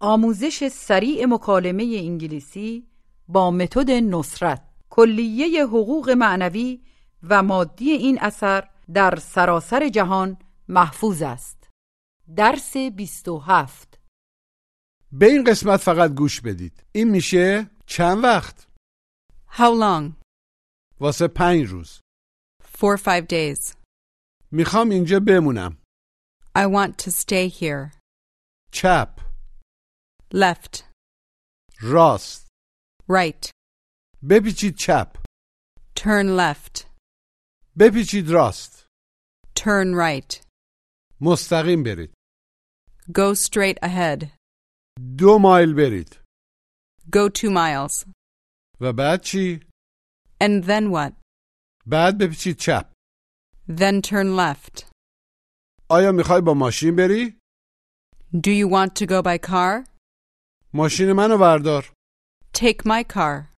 آموزش سریع مکالمه انگلیسی با متد نصرت کلیه حقوق معنوی و مادی این اثر در سراسر جهان محفوظ است درس 27 به این قسمت فقط گوش بدید این میشه چند وقت How long? واسه پنج روز Four or five days. میخوام اینجا بمونم I want to stay here. چپ Left, راست right, بپیچید چپ turn left, بپیچید راست turn right. مستقیم برید Go straight ahead. دو مایل برید Go two miles. و بعد چی؟ And then what? بعد بپیچید چپ Then turn left. آیا میخوای با ماشین بری؟ Do you want to go by car? ماشین منو بردار Take my car.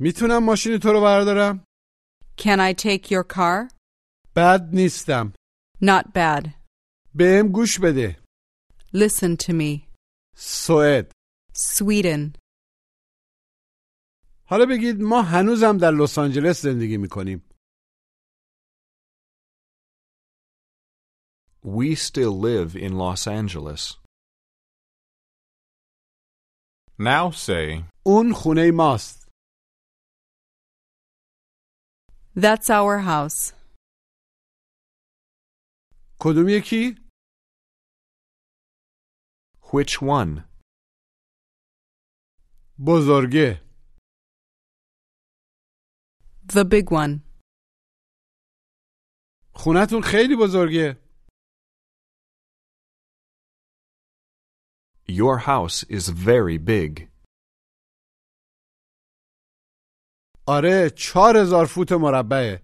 میتونم ماشین تو رو بردارم؟ Can I take your car? بد نیستم Not bad. بهم گوش بده Listen to me. سوئد Sweden. حالا بگید ما هنوزم در لس آنجلس زندگی میکنیم We still live in Los Angeles. Now say, اون خونه ماست That's our house. کدوم یکی؟ which one? بزرگه The big one. خونتون خیلی بزرگه Your house is very big. آره چهار هزار فوت مربعه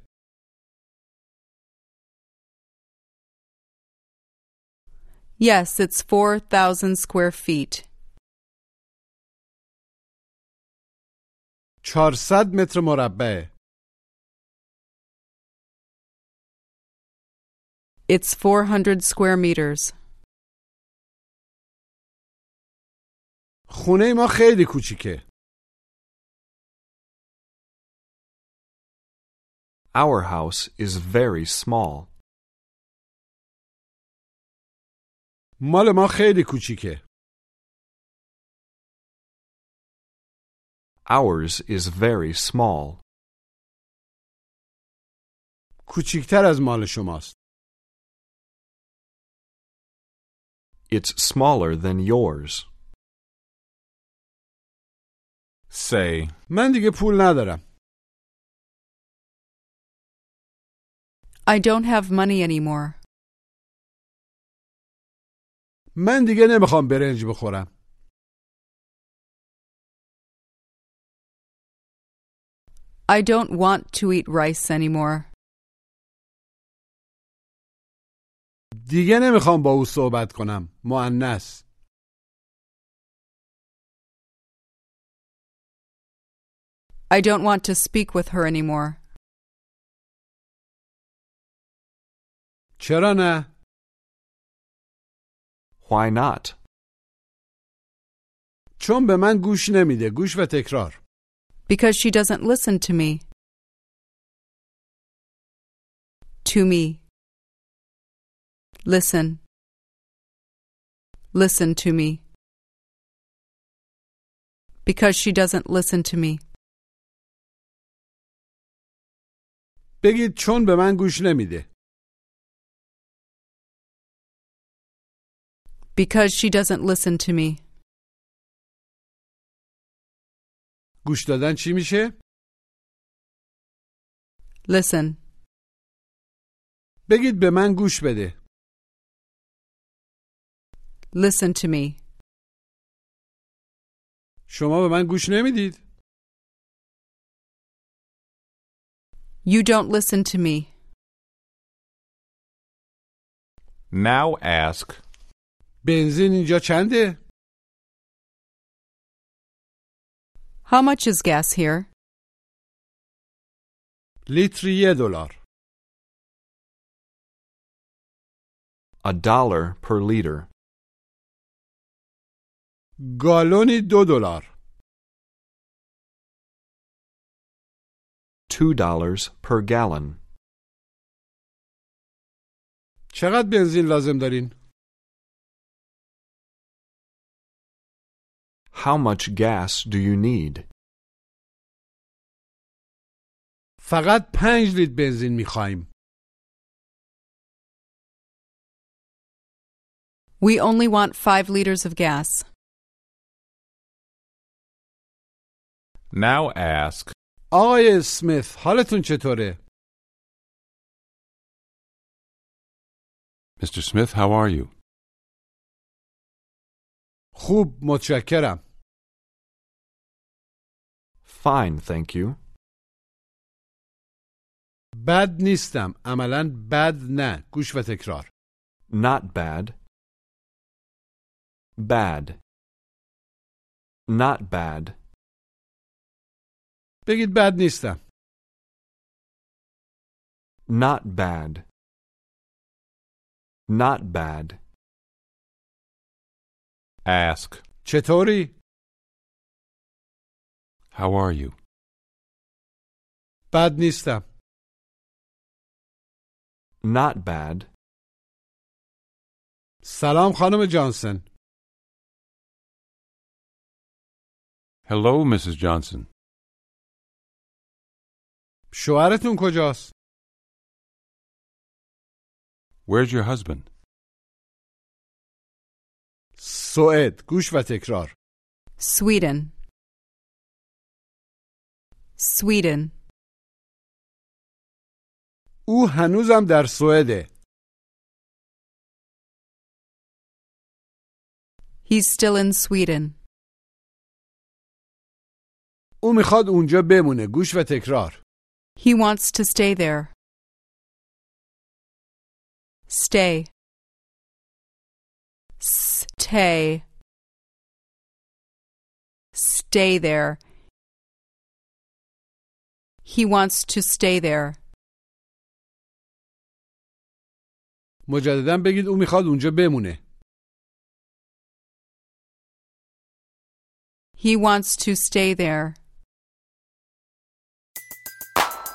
Yes, it's 4,000 square feet. 400 متر مربعه It's 400 square meters. خونه ما خیلی کوچیکه Our house is very small. مال ما خیلی کوچیکه Ours is very small. کوچیکتر از مال شماست It's smaller than yours. Say, من دیگه پول ندارم I don't have money anymore. من دیگه نمیخوام برنج بخورم I don't want to eat rice anymore. دیگه نمیخوام با او صحبت کنم معنس I don't want to speak with her anymore. چرا نه؟ why not? چون به من گوش نمیده گوش و تکرار Because she doesn't listen to me. To me. Listen. Listen to me. Because she doesn't listen to me. بگید چون به من گوش نمیده Because she doesn't listen to me. گوش دادن چی میشه؟ Listen. بگید به من گوش بده Listen to me. شما به من گوش نمیدید You don't listen to me. Now ask. بنزین اینجا چنده How much is gas here? لیتر یه دلار A dollar per liter. گالونی دو دلار Two dollars per gallon. چقدر بنزین لازم دارین How much gas do you need? فقط پنج لیتر بنزین میخوایم We only want five liters of gas. Now ask. آقای اسمیت حالتون چطوره Mr. Smith, how are you? خوب متشکرم Fine, thank you. بد نیستم عملا بد نه گوش و تکرار Not bad. Bad. Not bad. بگید بد نیستم Not bad. Not bad. Ask. چطوری How are you? بد نیستم Not bad. سلام خانم جانسن Hello, Mrs. Johnson. شوهرتون کجاست Where's your husband? سوئد گوش و تکرار Sweden. Sweden. او هنوزم در سوئده He's still in Sweden. او میخواد اونجا بمونه گوش و تکرار He wants to stay there. Stay. Stay. Stay there. He wants to stay there. مجددا بگید او میخواد اونجا بمونه He wants to stay there.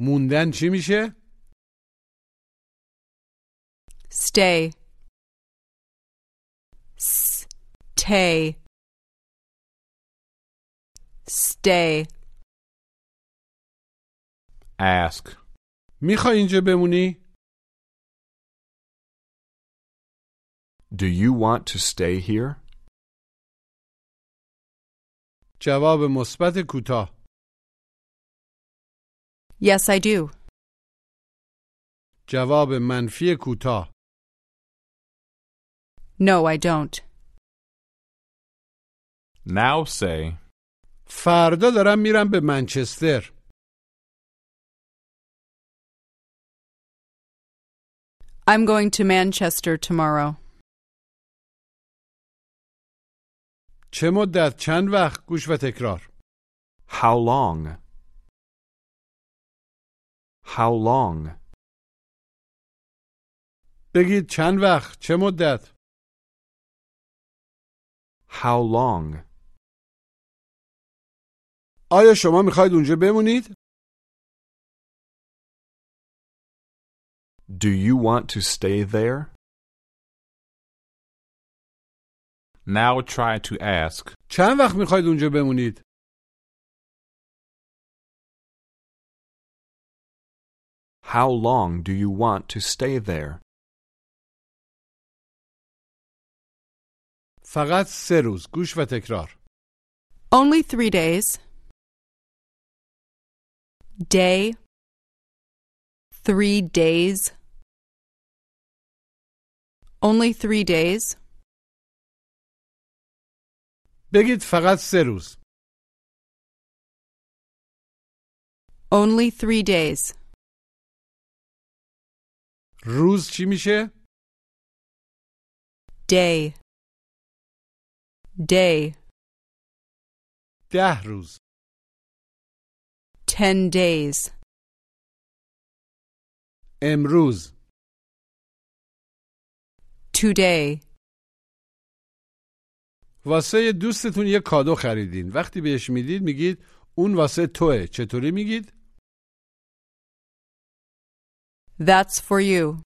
موندن چی میشه Stay. Stay. Stay. Ask. میخوای اینجا بمونی Do you want to stay here? جواب مثبت کوتاه Yes, I do. جواب منفی کوتاه No, I don't. Now say. فردا دارم میرم به منچستر I'm going to Manchester tomorrow. چه مدت چند وقت گوش و تکرار How long? How long? بگید چند وقت چه مدت How long? آیا شما میخواید اونجا بمونید Do you want to stay there? Now try to ask. چند وقت میخواید اونجا بمونید؟ How long do you want to stay there? فقط سه روز گوش و تکرار Only three days. Day. Three days. Only three days. بگید فقط سه روز Only three days. روز چی میشه؟ Day. Day. ده روز Ten days. امروز Today. واسه دوستتون یه کادو خریدین وقتی بهش میدید میگید اون واسه توه چطوری میگید؟ That's for you.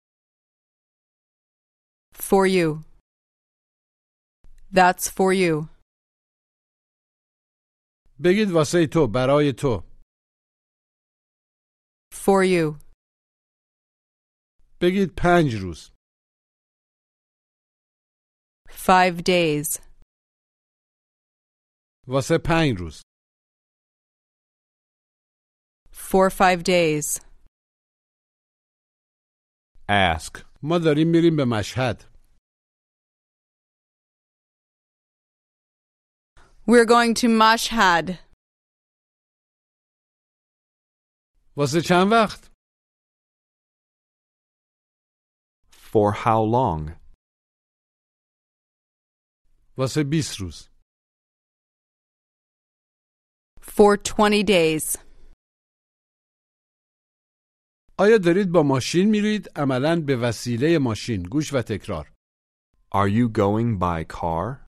For you. That's for you. بگید واسه تو برای تو For you. بگید پنج روز Five days. واسه پنج روز For five days. Ask. ما داریم میریم به مشهد We're going to Mashhad. واسه چند وقت؟ For how long? واسه 20 روز For 20 days. آیا دارید با ماشین میرید عملا به وسیله ماشین گوش و تکرار Are you going by car?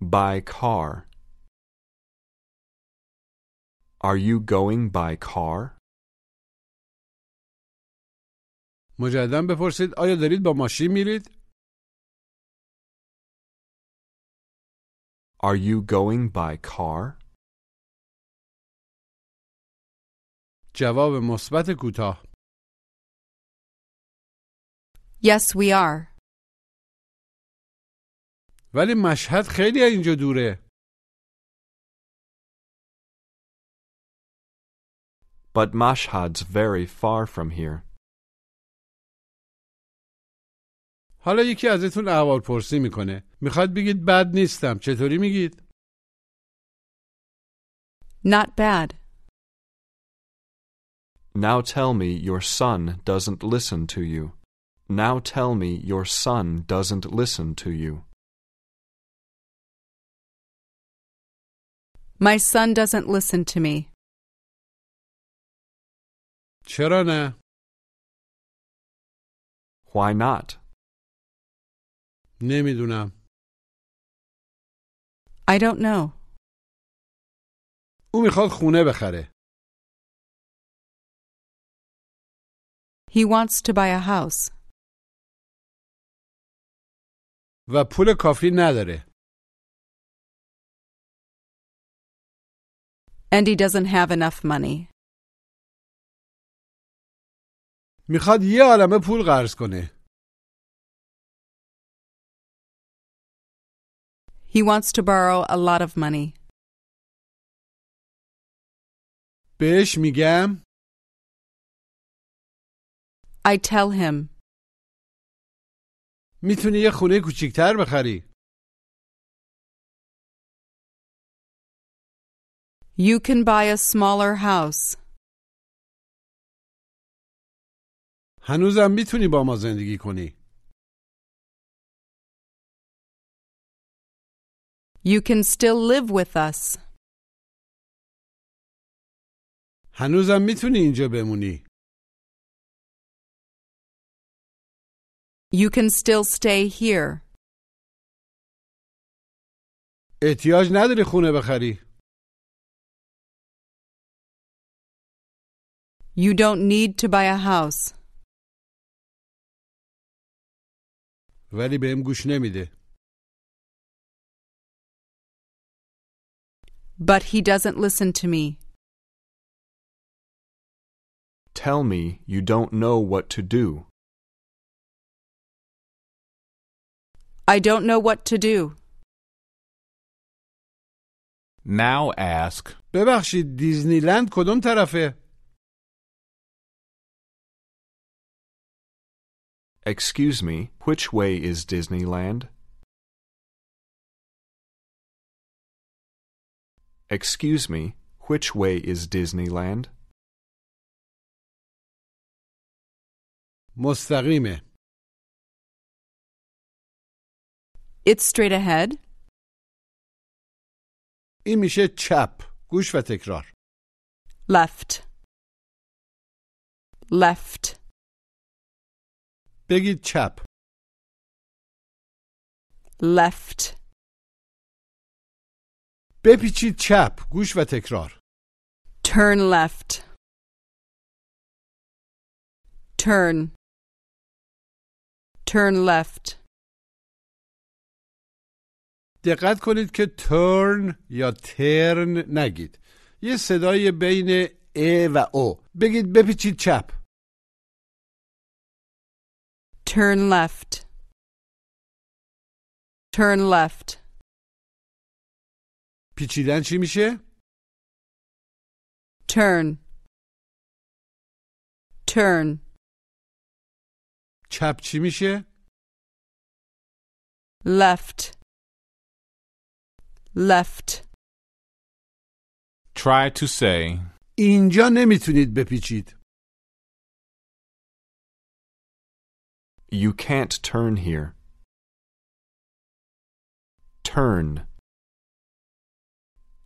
By car. Are you going by car? مجددا بپرسید آیا دارید با ماشین میرید Are you going by car? جواب مثبت کوتاه Yes, we are. ولی مشهد خیلی اینجا دوره But Mashhad's very far from here. حالا یکی ازتون احوال پرسی میکنه میخواد بگید بد نیستم چطوری میگید Not bad. Now tell me your son doesn't listen to you. Now tell me your son doesn't listen to you. My son doesn't listen to me. چرا نه Why not? نمیدونم I don't know. او میخواد خونه بخره He wants to buy a house. و پول کافی نداره And he doesn't have enough money. میخواد یه عالمه پول قرض کنه He wants to borrow a lot of money. بهش میگم I tell him, میتونی یه خونه کوچیکتر بخری You can buy a smaller house. هنوزم میتونی با ما زندگی کنی You can still live with us. هنوزم میتونی اینجا بمونی You can still stay here. احتیاج نداری خونه بخری You don't need to buy a house. ولی بهم گوش نمیده But he doesn't listen to me. Tell me you don't know what to do. I don't know what to do. Now ask. ببخشید دیزنی لند کدوم طرفه Excuse me, which way is Disneyland? Excuse me, which way is Disneyland? مستقیمه It's straight ahead. این میشه چپ گوش و تکرار Left. Left. بگید چپ Left. بپیچید چپ گوش و تکرار Turn left. Turn. Turn left. دقت کنید که ترن یا ترن نگید یه صدای بین ا و او بگید بپیچید چپ Turn left. Turn left. پیچیدن چی میشه؟ Turn. Turn. چپ چی میشه؟ Left. Left. Try to say. اینجا نمیتونید بپیچید You can't turn here. Turn.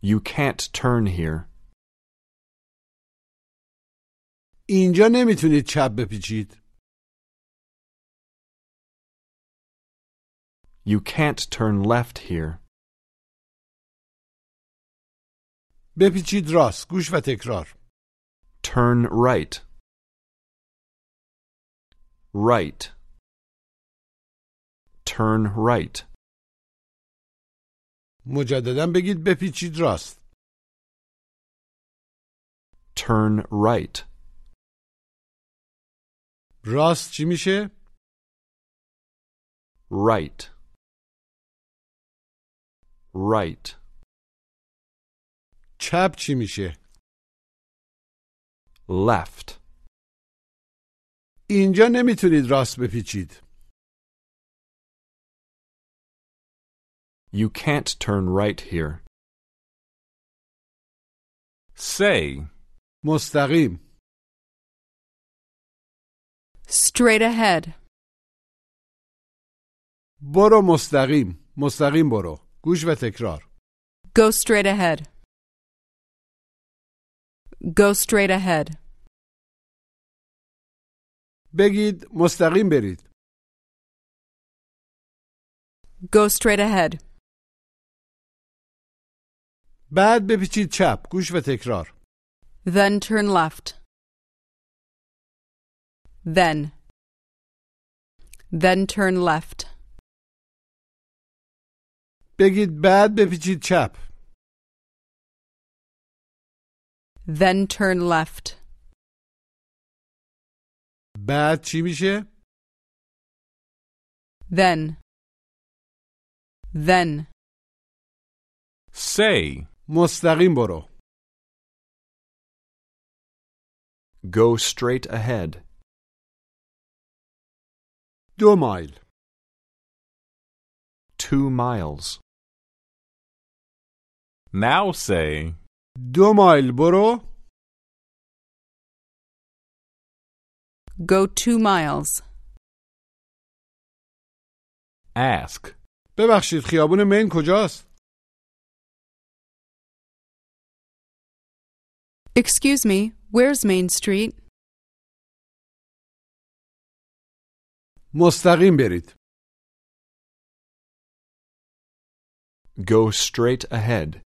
You can't turn here. اینجا نمیتونید چپ بپیچید You can't turn left here. بپیچید راست گوش و تکرار Turn right. Right. Turn right. مجددا بگید بپیچید راست Turn right. راست چی میشه؟ Right. Right. چپ چی میشه؟ Left. اینجا نمیتونید راست بپیچید You can't turn right here. Say. مستقیم Straight ahead. برو مستقیم مستقیم برو گوش و تکرار Go straight ahead. Go straight ahead. بگید مستقیم برید Go straight ahead. بعد بپیچید چپ گوش و تکرار Then turn left. Then. Then turn left. بگید بعد بپیچید چپ Then turn left. بعد چی میشه؟ Then. Then. Say. مستقیم برو Go straight ahead. دو مایل Two miles. Now say. دو مایل برو Go two miles. Ask. ببخشید خیابون مین کجاست؟ Excuse me, where's Main Street? مستقیم برید Go straight ahead.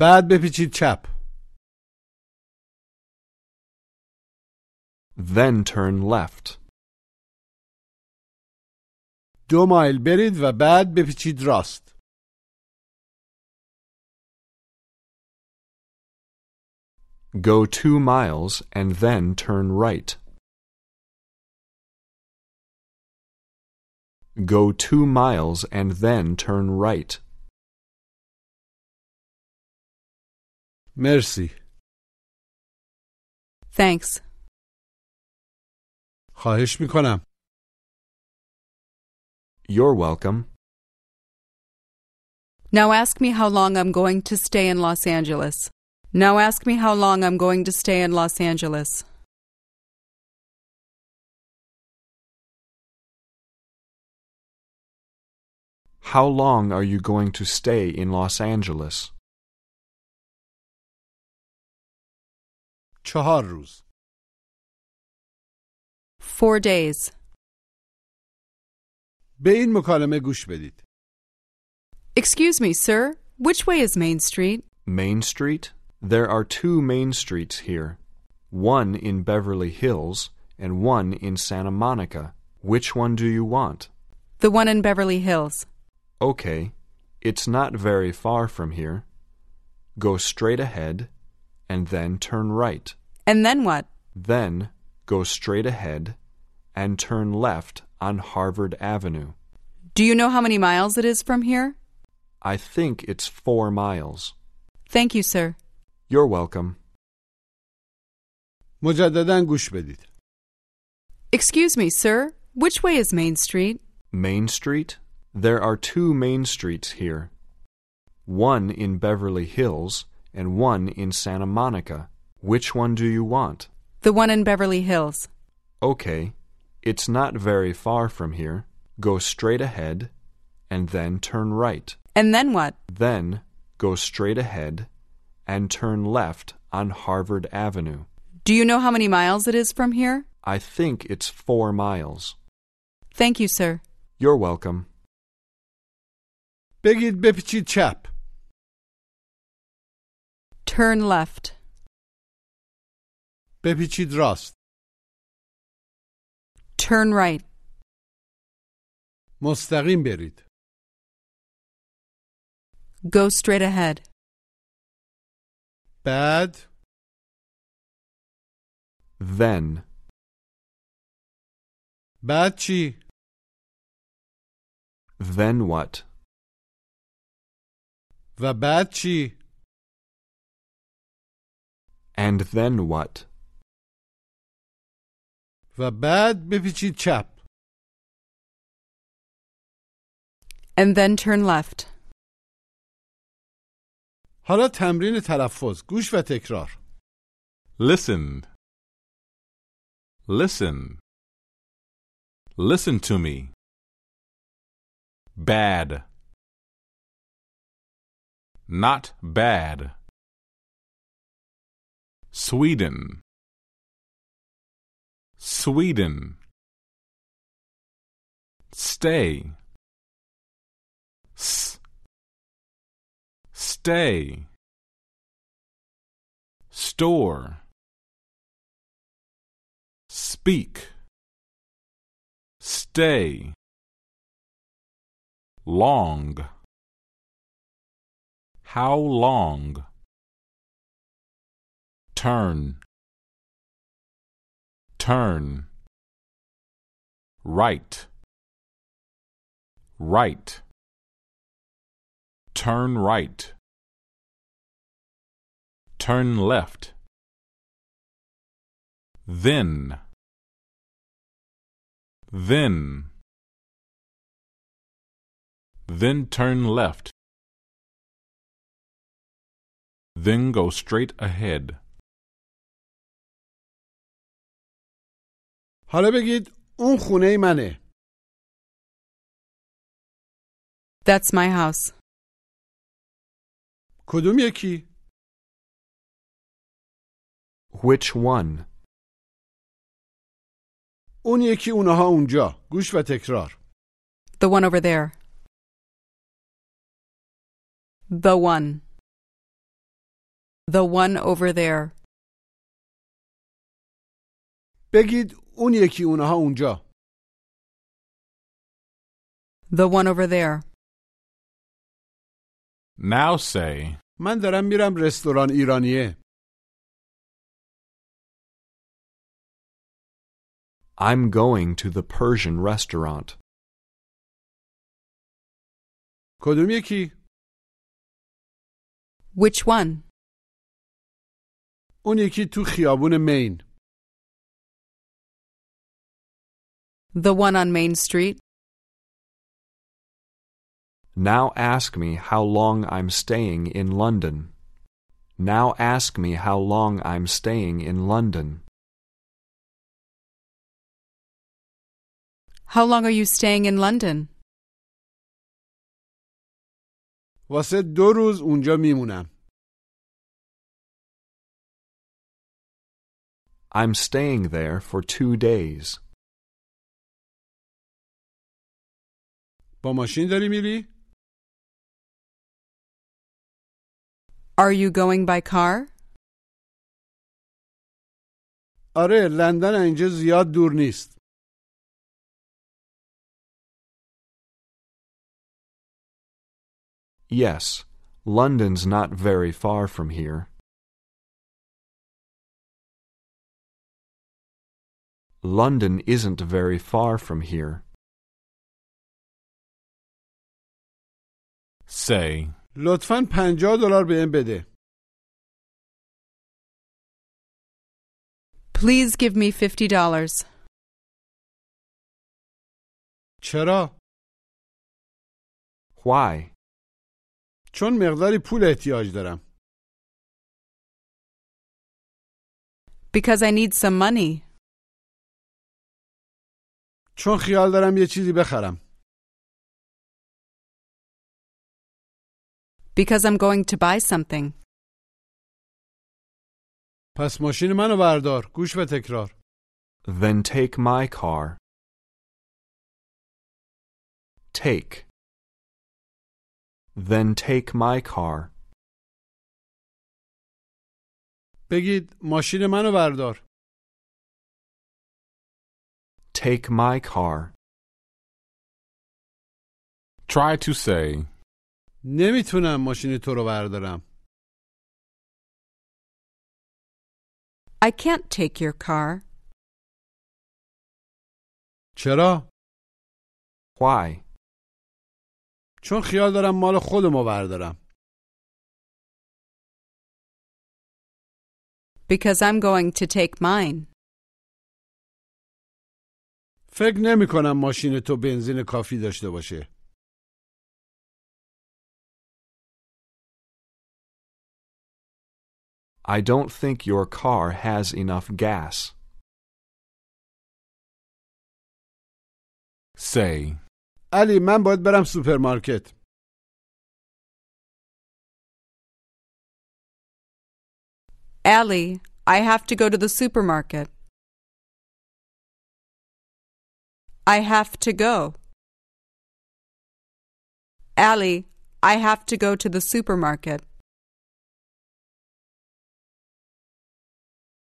بعد بپیچید چپ then turn left. دو مایل برید و بعد بپیچید راست. Go two miles and then turn right. Go two miles and then turn right. مرسی. Thanks. خواهش میکنم. You're welcome. Now ask me how long I'm going to stay in Los Angeles. Now ask me how long I'm going to stay in Los Angeles. How long are you going to stay in Los Angeles? چهار روز. Four days. به این مکالمه گوش بدید. Excuse me, sir. Which way is Main Street? Main Street? There are two main streets here one in Beverly Hills and one in Santa Monica. Which one do you want? The one in Beverly Hills. Okay, it's not very far from here. Go straight ahead and then turn right. And then what? Then go straight ahead and turn left on Harvard Avenue. Do you know how many miles it is from here? I think it's four miles. Thank you, sir. You're welcome. مجددا گوش بدید. Excuse me, sir. Which way is Main Street? Main Street? There are two main streets here one in Beverly Hills and one in Santa Monica. Which one do you want? The one in Beverly Hills. Okay, it's not very far from here. Go straight ahead and then turn right. And then what? Then go straight ahead and turn left on Harvard Avenue. Do you know how many miles it is from here? I think it's four miles. Thank you, sir. You're welcome. بگید بپیچید چپ. Turn left. بپیچید راست. Turn right. مستقیم برید. Go straight ahead. بعد Then بعد چی؟ Then what? و بعد چی؟ And then what? و بعد بپیچید چپ. And then turn left. حالا تمرین تلفظ گوش و تکرار Listen. Listen. Listen to me. Bad. Not bad. Sweden. Sweden. Stay. S. Stay. Store. Speak. Stay. Long. How long? Turn. Turn. Right. Right. Turn right. Turn left. Then. Then. Then turn left. Then go straight ahead. حالا بگید اون خونه منه That's my house. کدوم یکی؟ Which one? اون یکی اونها اونجا گوش و تکرار The one over there. The one. The one over there. بگید اون یکی اونها اونجا The one over there. Now say, من دارم میرم رستوران ایرانیه I'm going to the Persian restaurant. کدوم یکی؟ Which one? اون یکی تو خیابون مین The one on Main Street. Now ask me how long I'm staying in London. Now ask me how long I'm staying in London. How long are you staying in London? واسه دو روز اونجا میمونم I'm staying there for two days. با ماشین داری میری؟ Are you going by car? آره لندن از اینجا زیاد دور نیست Yes, London's not very far from here. London isn't very far from here. say, لطفا 50 دلار بهم بده Please give me $50. چرا؟ Why? چون مقداری پول احتیاج دارم Because I need some money. چون خیال دارم یه چیزی بخرم Because I'm going to buy something. پس ماشین منو بردار گوش و تکرار Then take my car. Take. Then take my car. بگید ماشین منو بردار Take my car. try to say, نمیتونم ماشین تو رو بردارم I can't take your car چرا؟ Why? چون خیال دارم مال خودمو بردارم because I'm going to take mine. فکر نمی کنم ماشین تو بنزین کافی داشته باشه I don't think your car has enough gas. say, علی من باید برم سوپرمارکت Allie, I have to go to the supermarket. I have to go. Allie, I have to go to the supermarket.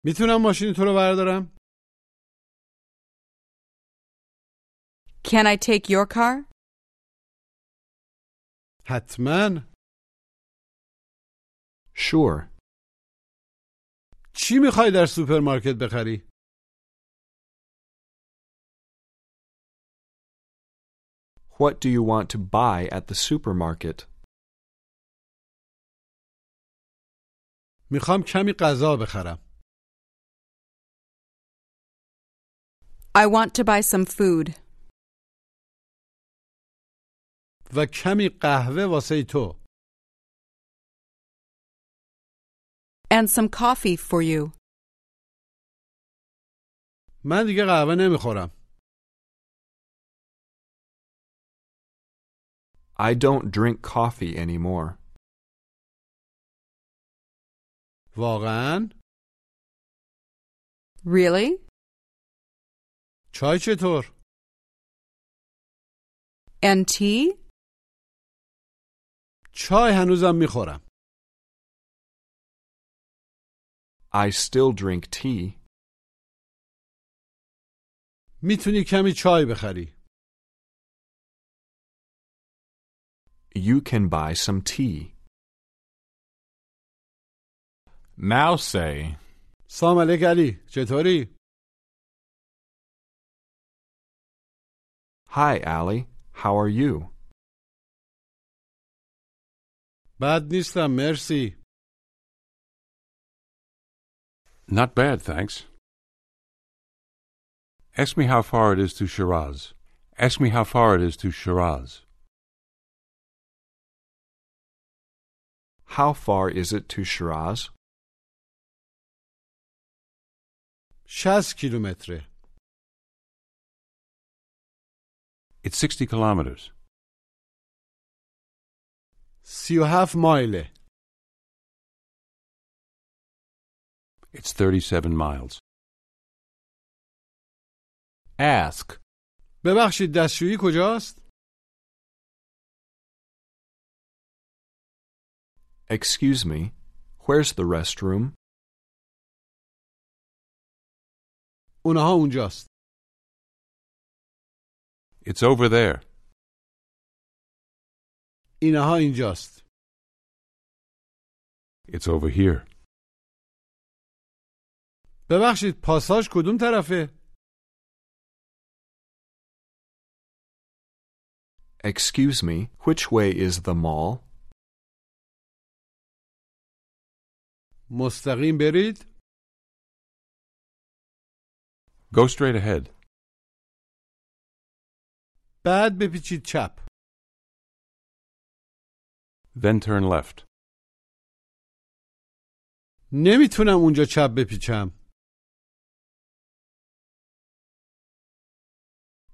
میتونم ماشین تو رو بردارم؟ Can I take your car? حتما Sure. چی میخوای در سوپرمارکت بخری؟ What do you want to buy at the supermarket? میخوام کمی غذا بخرم I want to buy some food و کمی قهوه واسه تو and some coffee for you. من دیگه قهوه نمیخورم I don't drink coffee anymore. واقعا Really? چای چطور؟ And tea? چای هنوزم میخورم I still drink tea. میتونی کمی چای بخری You can buy some tea. Now say, سلام علیک علی چطوری؟ Hi, Allie. How are you? بد نیستم مرسی Not bad, thanks. Ask me how far it is to Shiraz. Ask me how far it is to Shiraz. How far is it to Shiraz? 60 کیلومتره It's 60 kilometers. 37 مایله It's 37 miles. ask. ببخشید دستشویی کجاست؟ Excuse me. Where's the restroom? اونها اونجاست It's over there. اینها اینجاست It's over here. ببخشید پاساژ کدوم طرفه؟ Excuse me. Which way is the mall? مستقیم برید Go straight ahead. بعد بپیچید چپ Then turn left. نمیتونم اونجا چپ بپیچم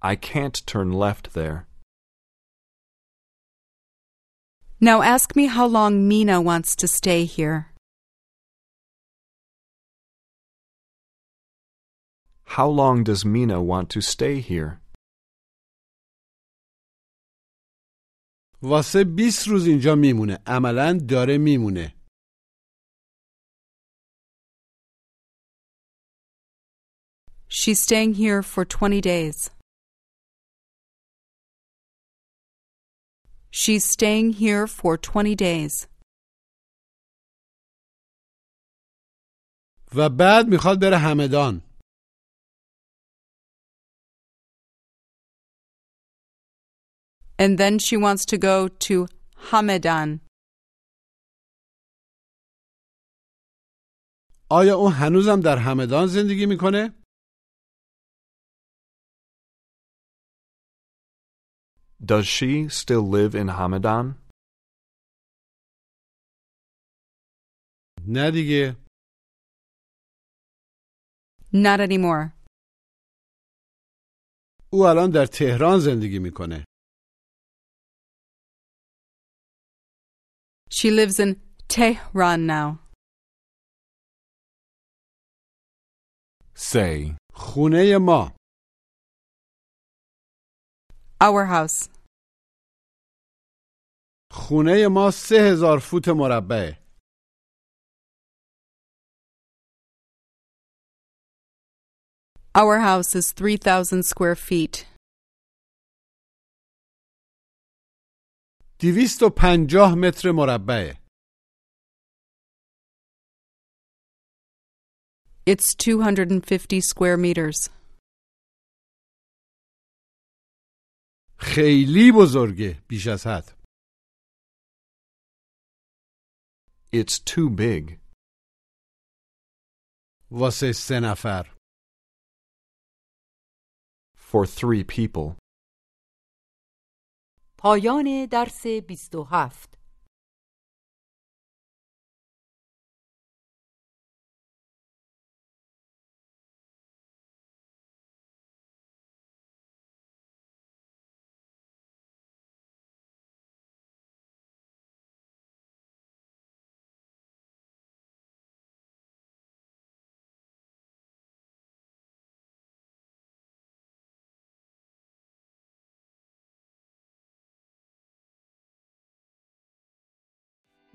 I can't turn left there. Now ask me how long Mina wants to stay here. How long does Mina want to stay here? واسه 20 روز اینجا میمونه عملا داره میمونه She's staying here for 20 days. She's staying here for 20 days. و بعد میخواد بره همدان And then she wants to go to Hamadan. آیا اون هنوزم در همدان زندگی میکنه؟ Does she still live in Hamadan? نه دیگه Not anymore. او الان در تهران زندگی میکنه She lives in Tehran now. Say, خونه ما Our house. خونه ما سه هزار فوت مربعه Our house is 3,000 square feet. دیویست و پنجاه متر مربعه It's 250 square meters. خیلی بزرگه بیش از حد It's too big. واسه سه نفر for three people. پایان درس 27